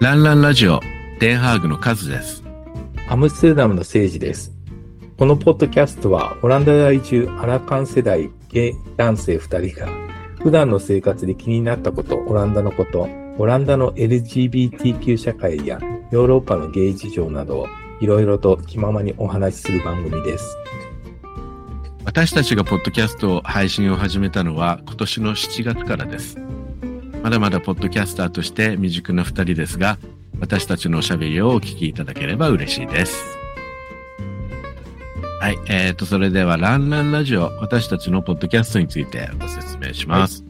ランランラジオ、デンハーグのカズです。アムステルダムの聖治です。このポッドキャストは、オランダ在住アラカン世代ゲイ男性2人が、普段の生活で気になったこと、オランダのこと、オランダの LGBTQ 社会やヨーロッパのゲイ事情などを、いろいろと気ままにお話しする番組です。私たちがポッドキャストを配信を始めたのは今年の7月からです。まだまだポッドキャスターとして未熟な2人ですが、私たちのおしゃべりをお聞きいただければ嬉しいです。はい、えーと、それではランランラジオ、私たちのポッドキャストについてご説明します。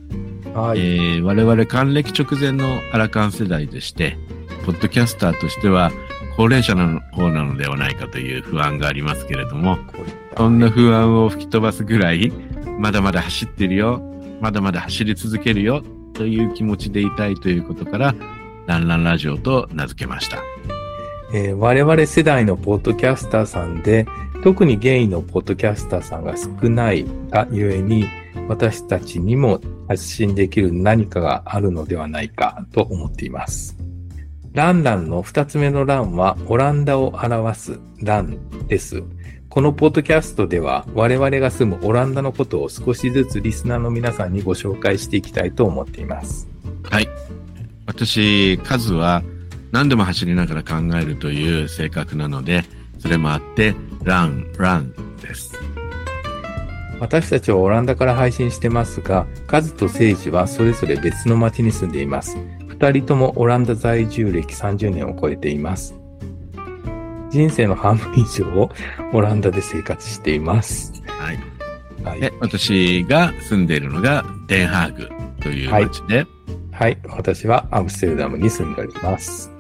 はい。えー我々還暦直前のアラカン世代でして、ポッドキャスターとしては高齢者の方なのではないかという不安がありますけれども、こういったそんな不安を吹き飛ばすぐらい、まだまだ走ってるよ、まだまだ走り続けるよ、という気持ちでいたいということから、ランランラジオと名付けました。えー我々世代のポッドキャスターさんで、特にゲイのポッドキャスターさんが少ないがゆえに、私たちにも発信できる何かがあるのではないかと思っています。ランランの二つ目のランは、オランダを表すランです。このポッドキャストでは、我々が住むオランダのことを少しずつリスナーの皆さんにご紹介していきたいと思っています。はい。私、カズは何でも走りながら考えるという性格なので、それもあって、ラン、ランです。私たちはオランダから配信してますが、カズとセイジはそれぞれ別の町に住んでいます。二人ともオランダ在住歴30年を超えています。人生の半分以上をオランダで生活しています。はい。はい。で、私が住んでいるのがデンハーグという街で、はい。私はアムステルダムに住んでおります。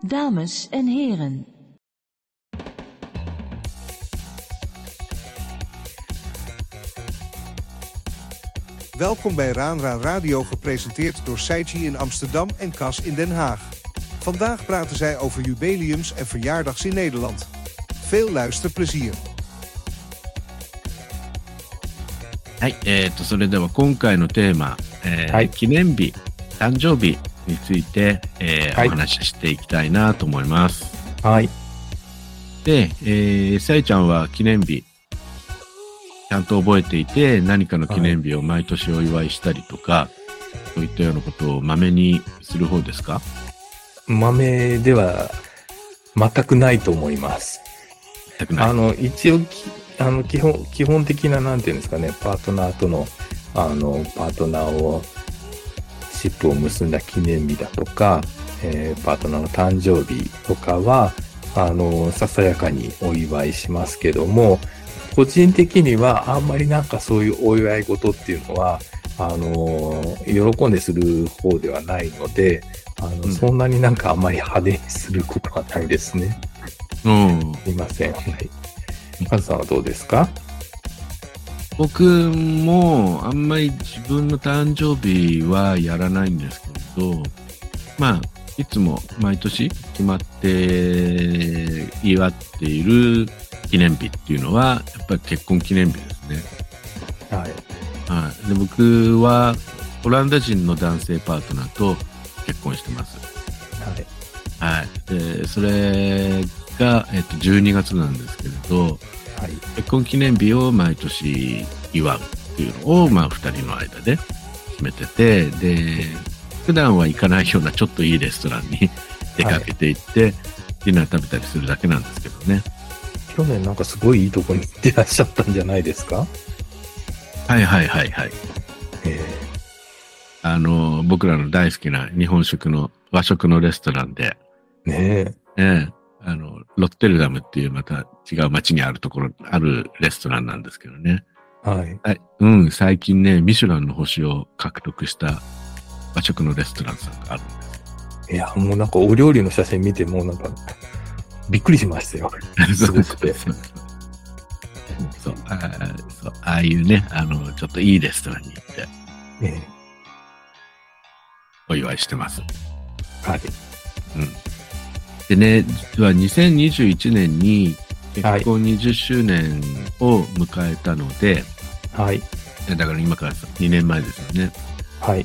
Dames en heren. Welkom bij Raanra Radio, gepresenteerd door Seiji in Amsterdam en Cas in Den Haag. Vandaag praten zij over jubileums en verjaardags in Nederland. Veel luisterplezier. はい、えっ、と、それでは今回のテーマ、えーはい記念日、誕生日について、えーはいお話ししていきたいなと思います。はい。で、えー、さえちゃんは記念日、ちゃんと覚えていて、何かの記念日を毎年お祝いしたりとか、そういったようなことをまめにする方ですか豆では全くないと思います。全くないあ。の、一応き、あの、基本、基本的な、なんていうんですかね、パートナーとの、あの、パートナーを、シップを結んだ記念日だとか、えーパートナーの誕生日とかは、あの、ささやかにお祝いしますけども、個人的には、あんまりなんかそういうお祝い事っていうのは、あの、喜んでする方ではないので、あの、うんそんなになんかあんまり派手にすることはないですね。うん。すいません。はい。カズさんはどうですか僕もあんまり自分の誕生日はやらないんですけど、まあ、いつも毎年決まって祝っている記念日っていうのは、やっぱり結婚記念日ですね。はい。はい。で、僕はオランダ人の男性パートナーと結婚してます。はい。はい。で、それが、えっと、12月なんですけれど、はい。結婚記念日を毎年祝うっていうのを、まあ、二人の間で決めてて、で、普段は行かないようなちょっといいレストランに出かけて行って、ディナー食べたりするだけなんですけどね。去年なんかすごいいいとこに行ってらっしゃったんじゃないですかはいはいはいはい。えあの、僕らの大好きな日本食の和食のレストランで、えねね、あの、ロッテルダムっていうまた違う街にあるところ、あるレストランなんですけどね。え。はい。はい。うん、最近ね、ミシュランの星を獲得した和食のレストランさんがあるんですいや、もうなんかお料理の写真見て、もうなんか、びっくりしました よ。そすうそうごくそて うそうあーそうああいうねあのちょっといいレストランに行ってええ。お祝いしてます、はい。うん、でね実は2021年に結婚20周年を迎えたので、はい。えだから今から2年前ですよね。はい。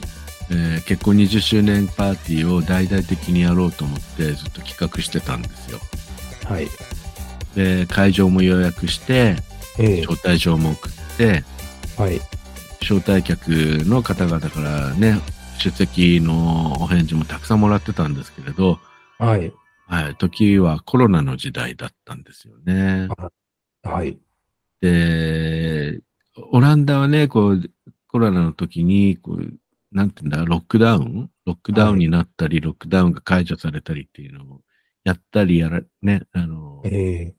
えー結婚20周年パーティーを大々的にやろうと思ってずっと企画してたんですよ。はい。で、会場も予約して、ええ招待状も送って、はい。招待客の方々からね、出席のお返事もたくさんもらってたんですけれど、はい。はい、時はコロナの時代だったんですよね。はい。で、オランダはね、こう、コロナの時に、こう、なんていうんだ、ロックダウンロックダウンになったり、ロックダウンが解除されたりっていうのをやったり、やら、ね、あの、え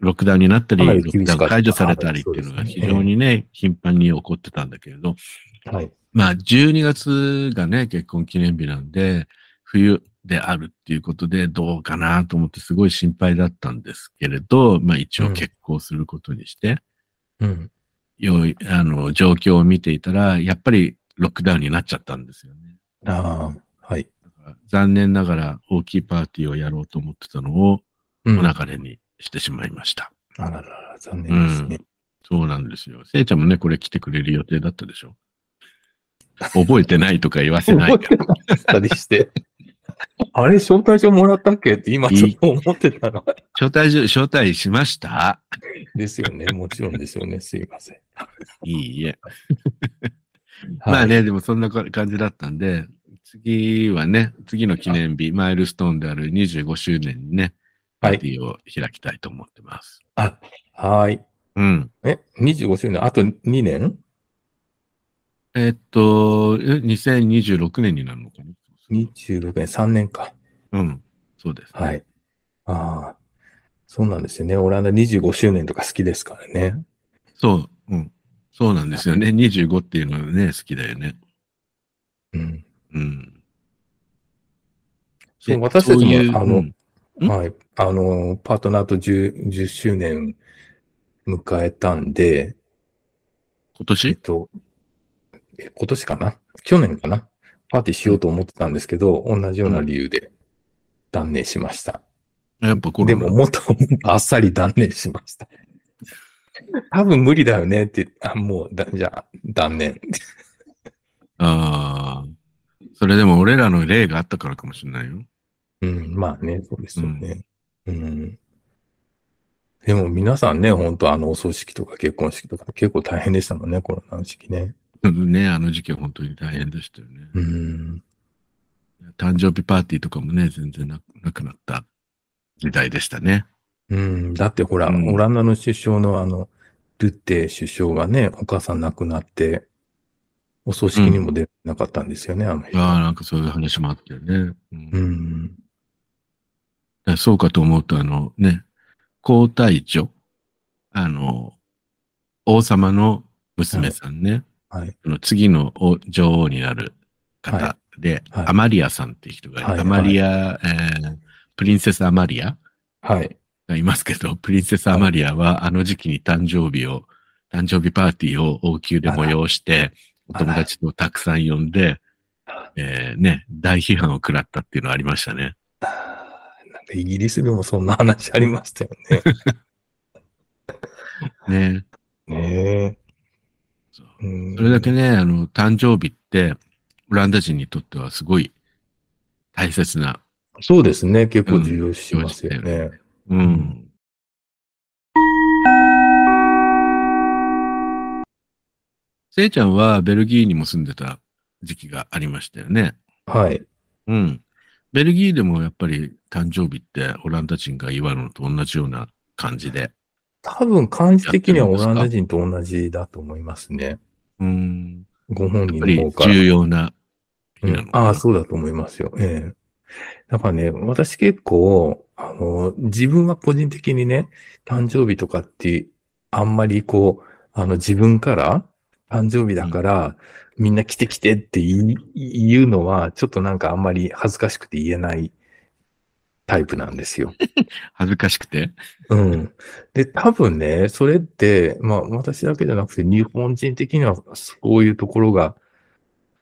ロックダウンになったり、かロなりック厳しダかウンがった解除されたりっていうのがはいそ非うですね常にね、頻繁に起こってたんだけれど、えはい。まあ、12月がね、結婚記念日なんで、冬であるっていうことで、どうかなと思ってすごい心配だったんですけれど、まあ一う応ん結婚することにして、うん。よいあの、状況を見ていたら、やっぱりロックダウンになっちゃったんですよね。ああ、はい。だから残念ながら大きいパーティーをやろうと思ってたのを、うおん。あ流れにしてしまいました。ららら、残念ですね。そうなんですよ。せいちゃんもね、これ来てくれる予定だったでしょ覚えてないとか言わせないから。たりして。 あれ、招待状もらったっけって今ちょっと思ってたの。招待状、招待しましたですよ ね。もちろんですよね。すいません。いいえ。 はいまあ。ね、でもそんなか感じだったんで、次はね、次の記念日、マイルストーンである25周年にね、パはいーティーを開きたいと思ってます。はい。うん。え、25周年、あと2年えっと、え2026年になるのか ?26 年、3年か。なうん。そうです、は。い。ああ。そうなんですよね。オランダ25周年とか好きですからね。そう。うん。そうなんですよね。25っていうのはね、好きだよね。うん。うん。そでう私たちもそういうあのうんんはい。あの、パートナーと 10, 10周年迎えたんで、今えっ年と、え今年かな去年かなパーティーしようと思ってたんですけど、同じような理由で断念しました。やっぱコロナでも、もっとあっさり断念しました。多分無理だよねって、あもうだ、じゃあ、断念。ああ。それでも俺らの例があったからかもしれないよ。うん、まあね、そうですよね。うん。でも皆さんね、本当あの、お葬式とか結婚式とか結構大変でしたもんね、コロナの時期ね。ね、あの時期は本当に大変でしたよね。うん。誕生日パーティーとかもね、全然ななくなった時代でしたね。うん、だってほら、うんオランダの首相のあの、ルッテ首相がね、お母さん亡くなって、お葬式にも出なかったんですよね、あの日。ああ、なんかそういう話もあったよね。うんうん。だそうかと思うと、あのね、皇太女、あの、王様の娘さんね、はい。その次の王女王になるは方で、はいアマリアさんっていう人が、はいアマリア、えープリンセスアマリアはい。がいますけど、プリンセスアマリアはあの時期に誕生日を、誕生日パーティーを王宮で催して、おあら友達とたくさん呼んであ、えーね、大批判を食らったっていうのはありましたね。あーなんかイギリスでもそんな話ありましたよね。ね。ねそうえ。うんそれだけね、あの、誕生日って、オランダ人にとってはすごい大切な、そうですね。結構重要視しますよね。うん。んせいちゃんはベルギーにも住んでた時期がありましたよね。はい。うん。ベルギーでもやっぱり誕生日ってオランダ人が祝うのと同じような感じで。多分、漢字的にはオランダ人と同じだと思いますね。うん。ごやっ本人ぱの方りから。重要な日うなのんかなああ、そうだと思いますよ。ええ。だからね、私結構、あの、自分は個人的にね、誕生日とかって、あんまりこう、あの、自分から、誕生日だから、みんな来て来てって言い言うのは、ちょっとなんかあんまり恥ずかしくて言えないタイプなんですよ。恥ずかしくて。うん。で、多分ね、それって、まあ私だけじゃなくて日本人的にはそういうところが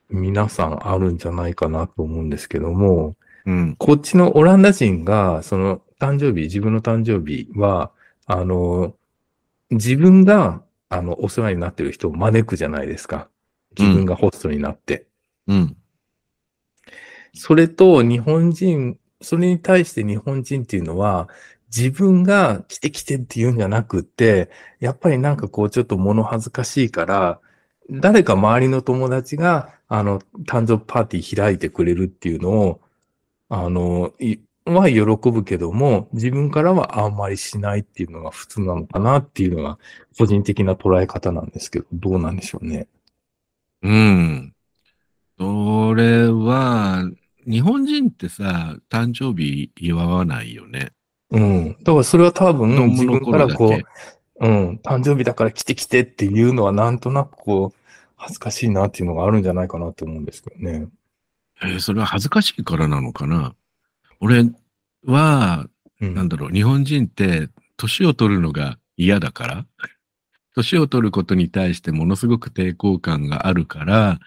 皆さんあるんじゃないかなと思うんですけども、うん。こっちのオランダ人が、その誕生日、自分の誕生日は、あの、自分があの、お世話になってる人を招くじゃないですか。自分がホストになって。うん。それと日本人、それに対して日本人っていうのは、自分が来て来てって言うんじゃなくて、やっぱりなんかこうちょっと物恥ずかしいから、誰か周りの友達が、あの、誕生日パーティー開いてくれるっていうのを、あの、いは喜ぶけども、自分からはあんまりしないっていうのが普通なのかなっていうのが、個人的な捉え方なんですけど、どうなんでしょうね。うん。それは、日本人ってさ、誕生日祝わないよね。うん。だからそれは多分、子自供の分か頃らだこうけ、。うん、誕生日だから来て来てっていうのはなんとなくこう、恥ずかしいなっていうのがあるんじゃないかなと思うんですけどね。えーそれは恥ずかしいからなのかな。俺は、うなんだろう、日本人って、年を取るのが嫌だから、年を取ることに対してものすごく抵抗感があるから、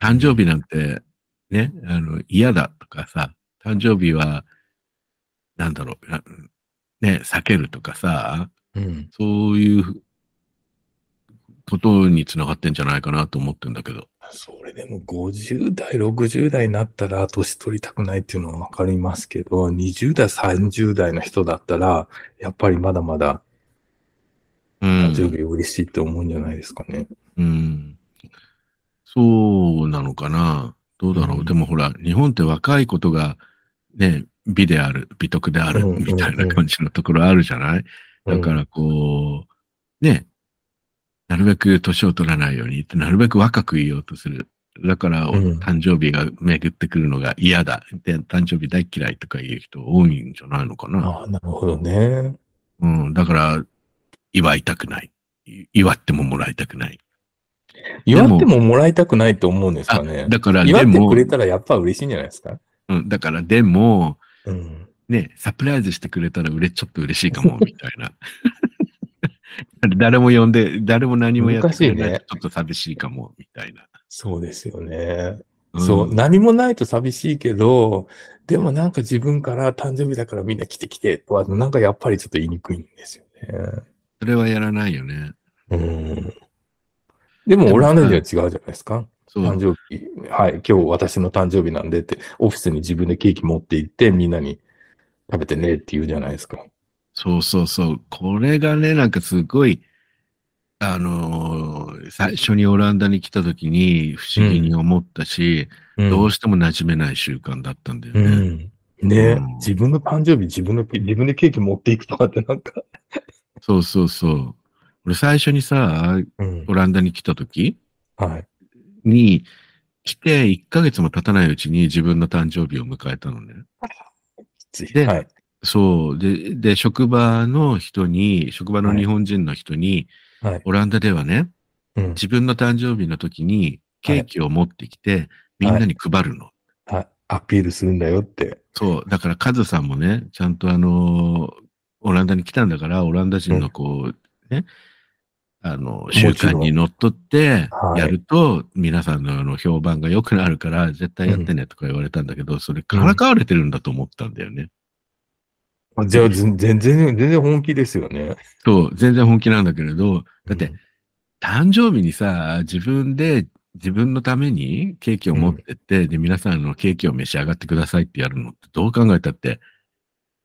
誕生日なんて、ね、あの、嫌だとかさ、誕生日は、なんだろう、なね、避けるとかさ、うん。そういうことにつながってんじゃないかなと思ってんだけど。それでも50代、60代になったら年取りたくないっていうのはわかりますけど、20代、30代の人だったら、やっぱりまだまだうん誕生日嬉しいって思うんじゃないですかね。うん。そうなのかな。どうだろう。うんでもほら、日本って若いことが、ね、美である、美徳である、うんうんうんみたいな感じのところあるじゃないだかうんらこう、ね、なるべく年を取らないように、なるべく若くいようとする。だから、おうん誕生日が巡ってくるのが嫌だ。で、誕生日大嫌いとかいう人多いんじゃないのかな。ああ、なるほどね。うん。だから、祝いたくない。い祝ってももらいたくない。祝ってももらいたくないと思うんですかね。だから、祝でってもく、れたらやっぱ嬉しいんじゃないですか。うん、だからでも、うん。ね、サプライズしてくれたらうれちょっと嬉しい かも、みたいな。 誰も呼んで、誰も何もやってくれない難しいねちょっと寂しいかも、みたいな。そうですよね。んそう、何もないと寂しいけど、でもなんか自分から誕生日だからみんな来て来てとは、なんかやっぱりちょっと言いにくいんですよそれはやらないよね。ね。うん。でもオランダでは違うじゃないですか。そう。誕生日、はい、今日私の誕生日なんでって、オフィスに自分でケーキ持って行って、みんなに食べてねって言うじゃないですか。そうそうそう。これがね、なんかすごい、あのー最初にオランダに来た時に不思議に思ったし、うんどうしても馴染めない習慣だったんだようね。ん。ね、うん自分の誕生日、自分の、自分でケーキ持っていくとかってなんか、そうそうそう。俺最初にさ、うんオランダに来た時はい。に、来て1ヶ月も経たないうちに自分の誕生日を迎えたのね。ついではい。そう。で、で、職場の人に、職場の日本人の人に、はい。オランダではね、うん。自分の誕生日の時にケーキを持ってきて、みんなに配るの。はい。アピールするんだよって。そう。だからカズさんもね、ちゃんとあのーオランダに来たんだから、オランダ人のこう、ね、あの、習ちろん慣にのっとってはいやると、皆さんのあの評判が良くなるから、絶対やってねとか言われたんだけど、それからかわれてるんだと思ったんだよね。あじゃあ、ぜん全然、全然本気ですよね。そう、全然本気なんだけれど、だってうん、誕生日にさ、自分で自分のためにケーキを持ってって、で、皆さんあのケーキを召し上がってくださいってやるのって、どう考えたって、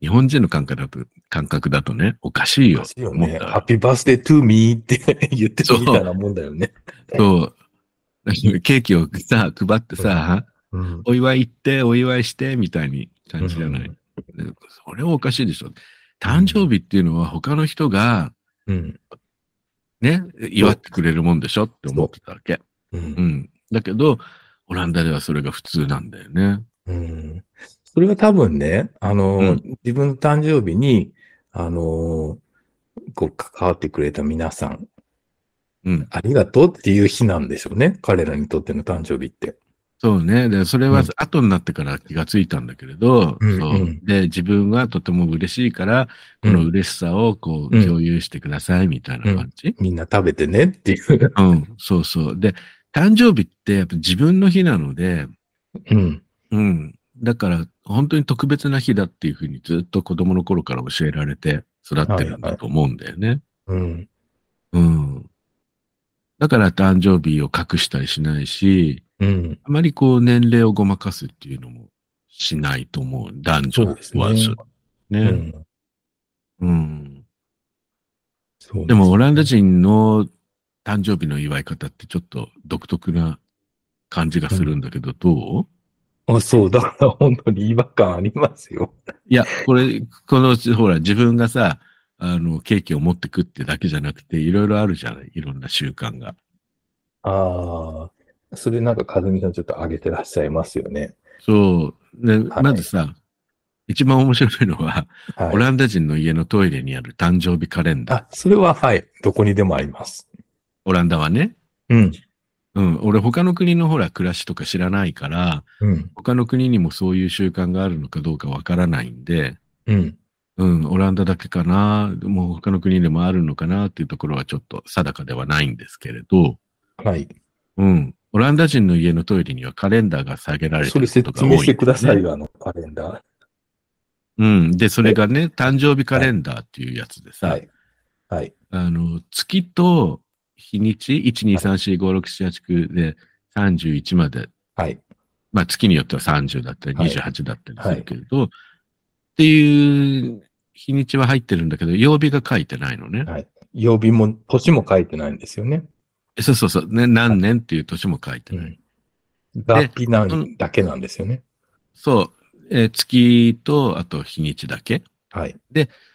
日本人の感覚だと、感覚だとね、おかしいよおかしいよ思っね。たハッピーバースデートゥーミーって 言ってそうるみたいなもんだよね。そう。 ケーキをさ、配ってさ、うん。お祝い行って、お祝いして、みたいに感じじゃない。うんでそれはおかしいでしょ。誕生日っていうのは他の人が、うん。ね、祝ってくれるもんでしょって思ってたわけ。うう。んん。だけど、オランダではそれが普通なんだよね。うん。それは多分ね、あのー、う自分の誕生日に、あのー、こう、関わってくれた皆さん、うん。ありがとうっていう日なんでしょうね。彼らにとっての誕生日って。そうね。で、それうはん後になってから気がついたんだけれど、うんそううんで、自分はとても嬉しいから、この嬉しさをこううん共有してくださいみたいな感じ。みんな食べてねっていう。うん、そうそう。で、誕生日ってやっぱ自分の日なので、うん。うん。だから、本当に特別な日だっていうふうにずっと子供の頃から教えられて育ってるんだと思うんだよね。うん。うん。だから誕生日を隠したりしないし、うん。あまりこう年齢をごまかすっていうのもしないと思う。男女はそうですね。ね、ねうん。うん。そうでもオランダ人の誕生日の祝い方ってちょっと独特な感じがするんだけど、どうあ、そう、だから本当に違和感ありますよ。いや、これ、この、ほら、自分がさ、あの、ケーキを持ってくってだけじゃなくて、いろいろあるじゃないいろんな習慣が。ああ、それなんか、かずみさんちょっと上げてらっしゃいますよね。そう。ね、はいまずさ、一番面白いのは、はい。オランダ人の家のトイレにある誕生日カレンダー。あ、それは、はい。どこにでもあります。オランダはね。うん。うん。俺、他の国のほら、暮らしとか知らないから、うん。他の国にもそういう習慣があるのかどうかわからないんで、うん。うん、オランダだけかな、もう他の国でもあるのかなっていうところはちょっと定かではないんですけれど、はい。うん。オランダ人の家のトイレにはカレンダーが下げられてそるれことが説多い、明してください。よ、あのカレンダうん。で、それがね、誕生日カレンダーっていうやつでー。さ、はい。はい。あの、月と日にち、1、2、3、4、5、6、7、8、9で31まで、はい。まあ月によっては30だったりはい28だったりするけれど、っていう日にちは入ってるんだけど、曜日が書いてないのね。曜日も、年も書いてないんですよね。そうそうそう、ね、何年っていう年も書いてない。脱皮なんだけなんですよね。そう、えー月とあと日にちだけ。はい。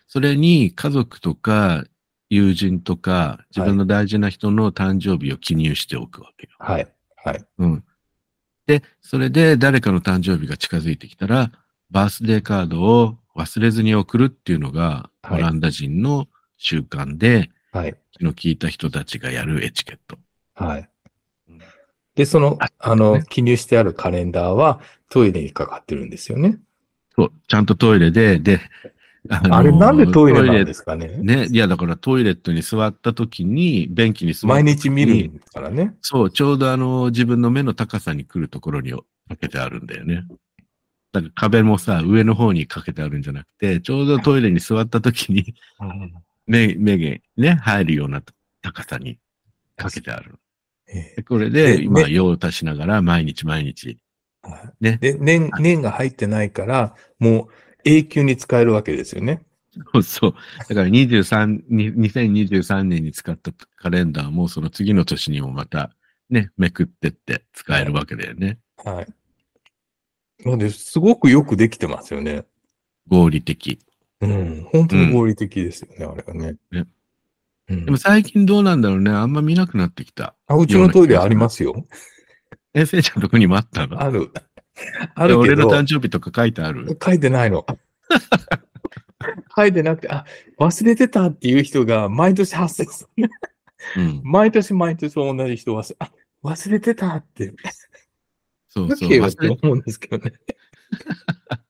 それに家族とか友人とか自分の大事な人の誕生日を記入しておくわけよ。はい。はい。うん。で、それで誰かの誕生日が近づいてきたら、バースデーカードを忘れずに送るっていうのが、はオいランダ人の習慣で、はい。気の利いた人たちがやるエチケット。はいうん。で、そのあ、あねの、記入してあるカレンダーはトイレにかかってるんですよね。そう、ちゃんとトイレで、で、あのあれなんでトイレなんですかねね、いや、だからトイレットに座った時に、便器に座った毎時に日見るからね。そう、ちょうどあの、自分の目の高さに来るところにかけてあるんだよね。だから壁もさ、上の方にかけてあるんじゃなくて、ちょうどトイレに座った時に、 目、目毛ね、入るような高さにかけてある。えでこれで、で今、ね用を足しながら、毎日毎日。えはいねで、年、年が入ってないから、もう永久に使えるわけですよね。そうそう。だから23、に2023年に使ったカレンダーも、その次の年にもまた、ね、めくってって使えるわけだよね。はい。なので、すごくよくできてますよね。合理的。うん。本当に合理的ですよね、あれがね。ねうんでも最近どうなんだろうね。あんま見なくなってきた。あ、うちのトイレありますよ。え、せいちゃんのとこにもあったのある。 ああるけ俺のど、誕生日とか書いてある書いてないの。書いてなくて、あ、忘れてたっていう人が毎年発生する。うん。毎年毎年同じ人忘れ、あ、忘れてたって。 そうそう。けよっ忘てれ思うんですけどね。だか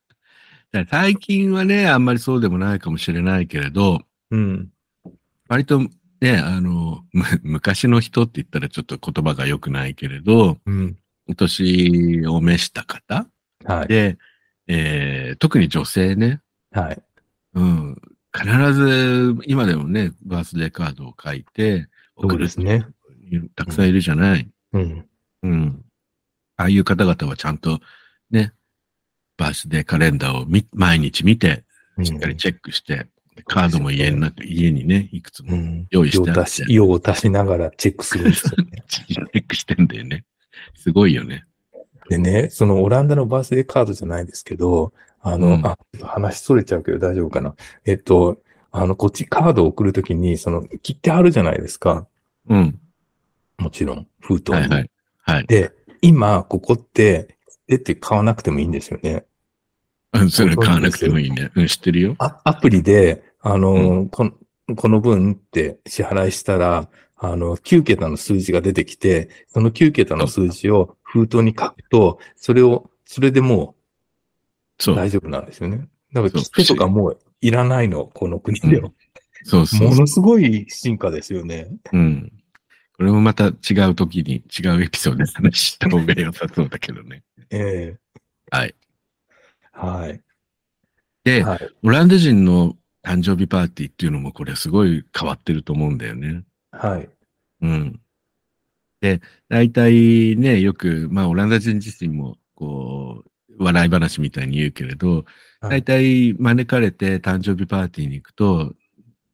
ら最近はね、あんまりそうでもないかもしれないけれど、うん。割とね、あの、む昔の人って言ったらちょっと言葉が良くないけれど、うん。年を召した方はい。で、えー特に女性ね、はい。うん、必ず今でもね、バースデーカードを書いてそう送るですね。人たくさんいるじゃない。うん。うん。ああいう方々はちゃんとね、バースデーカレンダーをみ毎日見て、しっかりチェックして、カードも家にな家にね、いくつうもん。用意してあっ用て、足しチ、用を足しながらチェックするんです よね。ェックしてんだよね。すごいよね。でね、そのオランダのバースデーカードじゃないですけど、あうの、んあ、ちょっと話それちゃうけど大丈夫かな。えっと、あの、こっちカードを送るときに、その、切ってあるじゃないですか。うん。もちろん、封筒に。はいはい。はい。で、今、ここって、出て買わなくてもいいんですよね。うんそれ買わなくてもいいね。うん、知ってるよ。あアプリで、あの、うこの、この分って支払いしたら、あの、9桁の数字が出てきて、その9桁の数字を封筒に書くと、それを、それでもうそう。大丈夫なんですよね。だからそう切手とかもういらないの、この国では。そうそうもそう。のすごい進化ですよね。うん。これもまた違う時に、違うエピソードで話した方が良さそうだけどね。ええはい。はい。で、はい。オランダ人の誕生日パーティーっていうのもこれすごい変わってると思うんだよね。はい。うん。で、大体ね、よく、まあ、オランダ人自身も、こう、笑い話みたいに言うけれど、はい大体招かれて誕生日パーティーに行くと、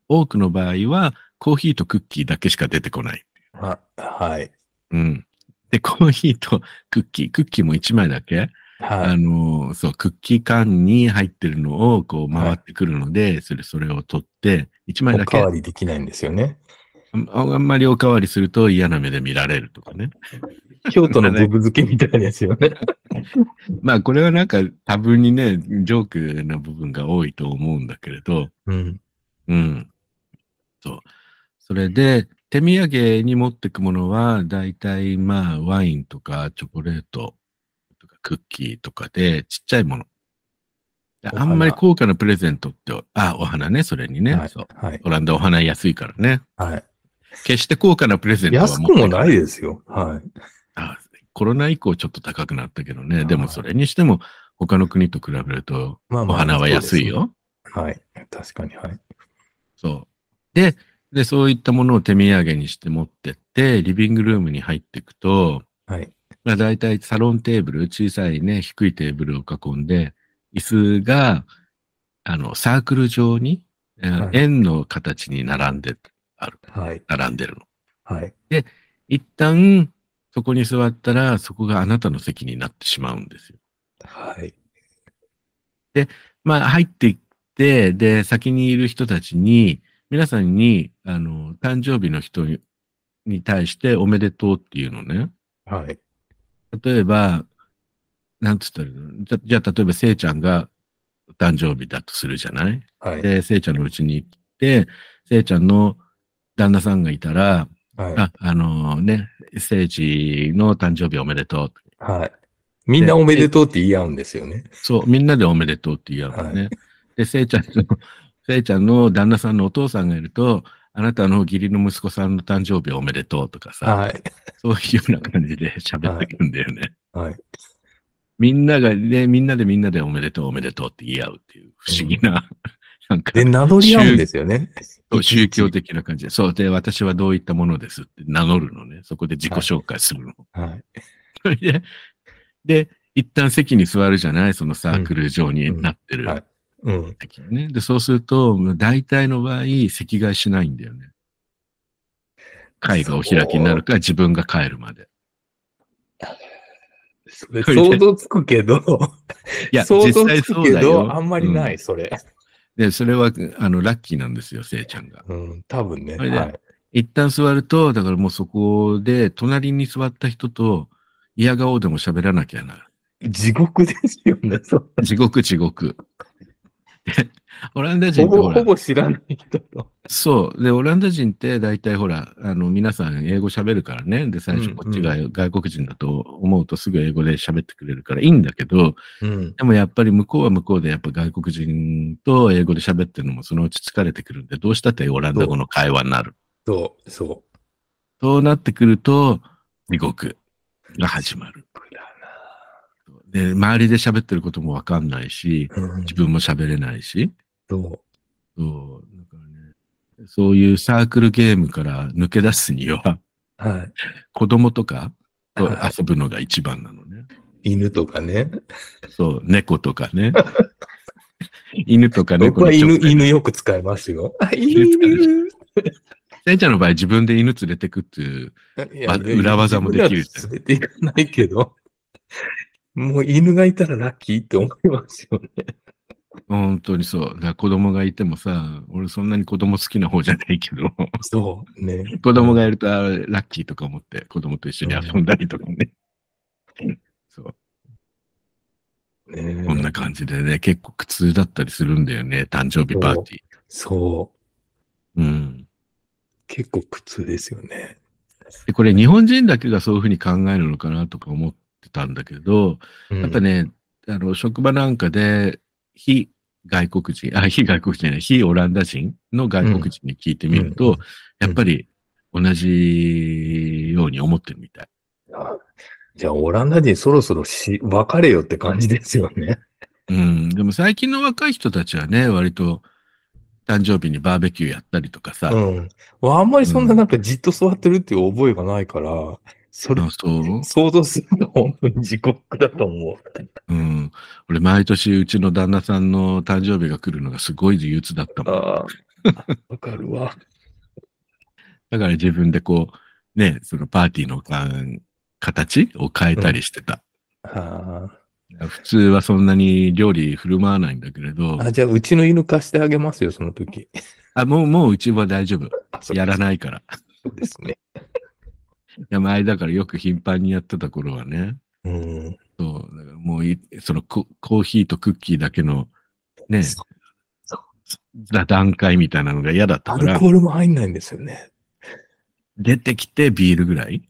多くの場合は、コーヒーとクッキーだけしか出てこない。は、はい。うん。で、コーヒーとクッキー、クッキーも1枚だけ、はあい。の、そう、クッキー缶に入ってるのを、こう、回ってくるので、それ、それを取って、1枚おだけかわりできないんです よね。ああんまりおかわりすると嫌な目で見られるとかね。京都のブブ漬けみたいですよね。まあこれはなんか多分にね、ジョークな部分が多いと思うんだけれど、うん。うん。そう。それで、手土産に持ってくものは、だいたいまあワインとかチョコレートとかクッキーとかでちっちゃいもの。でおあ花んまり高価なプレゼントって、あ、お花ね、それにね。はいそう。はい。オランダお花安いからね。はい。決して高価なプレゼントは安くもないいですよ。はい。あコロナ以降ちょっと高くなったけどはね。いでもそれにしても、他の国と比べると、まあお花は安い。よ。そうですねはい。確かに。はい。そう。で、で、そういったものを手土産にして持ってって、リビングルームに入っていくと、はい。まあ大体サロンテーブル、小さいね、低いテーブルを囲んで、椅子が、あの、サークル状に、えーはい円の形に並んで、はい。並んでるの。はい。一旦、そこに座ったら、そこがあなたの席になってしまうんですよ。はい。まあ、入っていって、で、先にいる人たちに、皆さんに、あの、誕生日の人にに対しておめでとうっていうのね。はい。例えば、なんつったらいいのじゃ、じゃあ例えば、せいちゃんが誕生日だとするじゃないはい。で、せいちゃんのうちに行って、せいちゃんの旦那さんがいたら、はい。あ、あのね、せいちの誕生日おめでとう。はい。みんなおめでとうって言い合うんですよね。そう、みんなでおめでとうって言い合うからね。で、せいちゃんの、 せいちゃんの旦那さんのお父さんがいると、あなたの義理の息子さんの誕生日おめでとうとかさ、はい。そういうような感じで 喋ってくるんだよね。はい。みんなが、ね、みんなでみんなでおめでとうおめでとうって言い合うっていう不思議な、 なんかで、名乗り合うんですよね。宗教的な感じで、そうで、私はどういったものですって名乗るのね。そこで自己紹介するの。はい。それで、 で、一旦席に座るじゃないそのサークル状になってる。うんうんはいうん。ね。で、そうすると、大体の場合、席替えしないんだよね。会がお開きになるか、自分が帰るまで。それ想像つくけど、いや、想実像際つそくうけだよ。ど、あんまりなうい、それ。で、それは、あの、ラッキーなんですよ、せいちゃんが。うん、多分ね。それではい。一旦座ると、だからもうそこで、隣に座った人と、嫌顔でも喋らなきゃな。地獄ですよね、 そう。地獄、地獄。でオランダ人ほってほぼ、らほ、ぼ知らない人と。そう。で、オランダ人って大体ほら、あの、皆さん英語喋るからね。で、最うん初こっちが外国人だと思うとすぐ英語で喋ってくれるからいいんだけど、うん。でもやっぱり向こうは向こうでやっぱ外国人と英語で喋ってるのもそのうち疲れてくるんで、どうしたってオランダ語の会話になる。そう、そそうなってくると、地獄が始まる。う。で、周りで喋ってることもわかんないし、うん自分も喋れないし。そそう。だからね、そういうサークルゲームから抜け出すには、う。はい。子供とかとはい遊ぶのが一番なのね。犬とかね。そう、猫とかね。 犬とか僕猫はにちょ犬っ、かい犬よく使いますよ。あ犬使うでし犬せいちゃんの場合自分で犬連れてくっていう、いま裏技もできるじゃん自分では連れていかないけど、もう犬がいたらラッキーって思いますよね。本当にそう。だから子供がいてもさ、俺そんなに子供好きな方じゃないけど、 そう。ね。子供がいるとあーラッキーとか思って子供と一緒に遊んだりとかね。そう。ねこんな感じでね、結構苦痛だったりするんだよね、誕生日パーティー。そう。うん。結構苦痛ですよね。で、これ日本人だけがそういうふうに考えるのかなとか思ってたんだけど、ややっぱ、ね、あの、職場なんかで、非外国人、あ、非外国人じゃない、非オランダ人の外国人に聞いてみると、うんやっぱり同じように思ってるみたい。じゃあ、オランダ人そろそろし別れよって感じですよね。うん。でも最近の若い人たちはね、割と誕生日にバーベキューやったりとかさ、うん。わあんまりそんななんかじっと座ってるっていう覚えがないから、それあ、、そう想像するの本当に地獄だと思う。うん。俺、毎年、うちの旦那さんの誕生日が来るのがすごい憂鬱だったもん。 ああ、わかるわ。だから自分でこう、ね、そのパーティーの感形を変えたりしてた。あ普通はそんなに料理振る舞わないんだけれどー、あ、じゃあ、うちの犬貸してあげますよ、その時。 あ、もう、もううちは大丈夫。あそうやらないから。そうですね。いや、前だからよく頻繁にやってた頃はね。うん。そう、だからもうい、そのココーヒーとクッキーだけの、ね、そだ段階みたいなのが嫌だったアかルらコ、ールも入んないんですよね。出てきてビールぐらい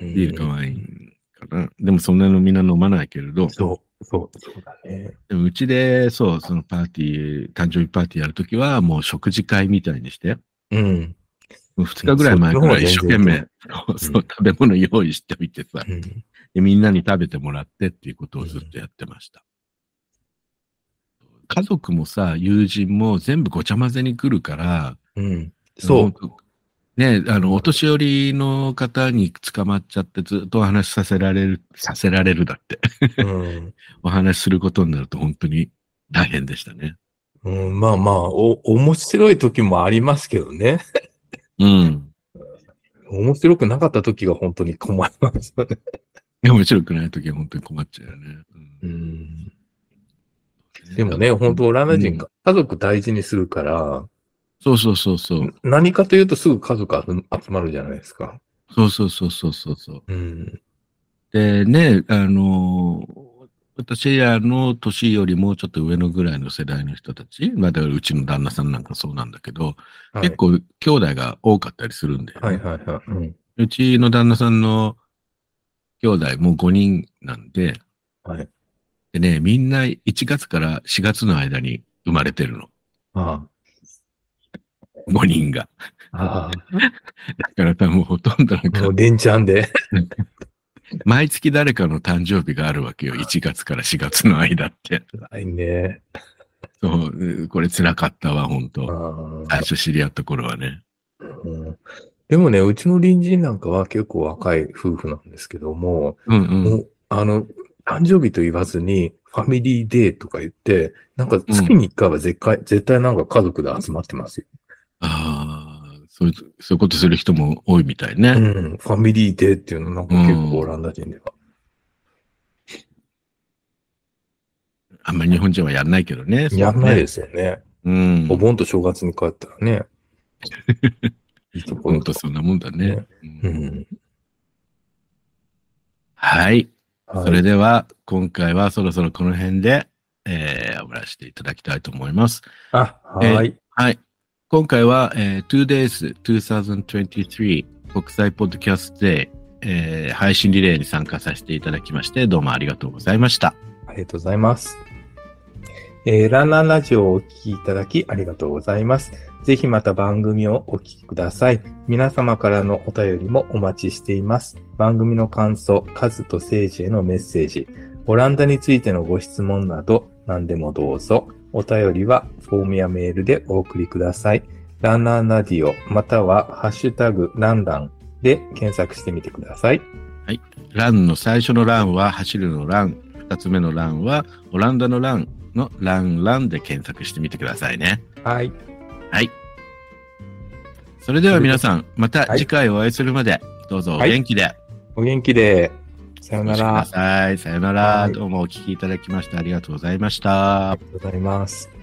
ビールかワインかな。でもそんなのみんな飲まないけれど、そう、そう、そうだね。でもうちで、そう、そのパーティー、誕生日パーティーやるときは、もう食事会みたいにして、うん。もう二日ぐらい前から一生懸命、そう全そう食べ物用意しておいてさ、うんでみんなに食べてもらってっていうことをずっとやってました。家族もさ、友人も全部ごちゃ混ぜに来るから、うん。そう。う。ね、あの、お年寄りの方に捕まっちゃってずっとお話しさせられる、させられるだって。 うん。お話しすることになると本当に大変でしたね。うん、まあまあ、お、面白い時もありますけどね。うん。面白くなかった時が本当に困りますよね。いや、面白くないときは本当に困っちゃうよね。うんうん。でもね、本当オランダ人が家族大事にするから、そうそうそうそう。何かというとすぐ家族集集まるじゃないですか。そうそうそうそうそうそう。うん。でね、あのー私らの年よりもうちょっと上のぐらいの世代の人たち、まあ、だからうちの旦那さんなんかそうなんだけど、はい結構兄弟が多かったりするんで、はいはいはい。うん。うちの旦那さんの兄弟も5人なんで、はい。でね、みんな1月から4月の間に生まれてるの。あ5人が。あ。あだから多分ほとんどなんあ。か もう、連チャンで。毎月誰かの誕生日があるわけよ。1月から4月の間 って。ないね。そう、これ辛かったわ、本当あ最あ。初知り合った頃はね。うんでもね、うちの隣人なんかは結構若い夫婦なんですけども、うんうもん。うあの、誕生日と言わずに、ファミリーデーとか言って、なんか月に一回は絶対、絶対なんか家族で集まってますよ。ああ、そういう、そういうことする人も多いみたいうね。ん。ファミリーデーっていうのなんか結構オランダ人では。あんまり日本人はやんないけどね。やんないす。ですよね。うん。お盆と正月に帰ったら ね。いいとこほろんとそんなもんだねね。ううんん。はい。はいそれでは、今回はそろそろこの辺で、えー、終わらせていただきたいと思います。あ、はい。はい。今回は、えー、2days 2023国際ポッドキャストで、えー配信リレーに参加させていただきまして、どうもありがとうございました。ありがとうございます。えーランナンラジオをお聞きいただきありがとうございます。ぜひまた番組をお聞きください。皆様からのお便りもお待ちしています。番組の感想、カズと政治へのメッセージ、オランダについてのご質問など何でもどうぞ。お便りはフォームやメールでお送りください。ランナンラディオまたはハッシュタグランランで検索してみてください。ランの最初のランは走るのラン、二つ目のランはオランダのランのランランで検索してみてくださいね。はい。はい。それでは皆さん、また次回お会いするまで、どうぞお元気で。お元気で。さよおな越しくら。ださい。さよなら。はいどうもお聞きいただきましてありがとうございましたあ。りがとうございます。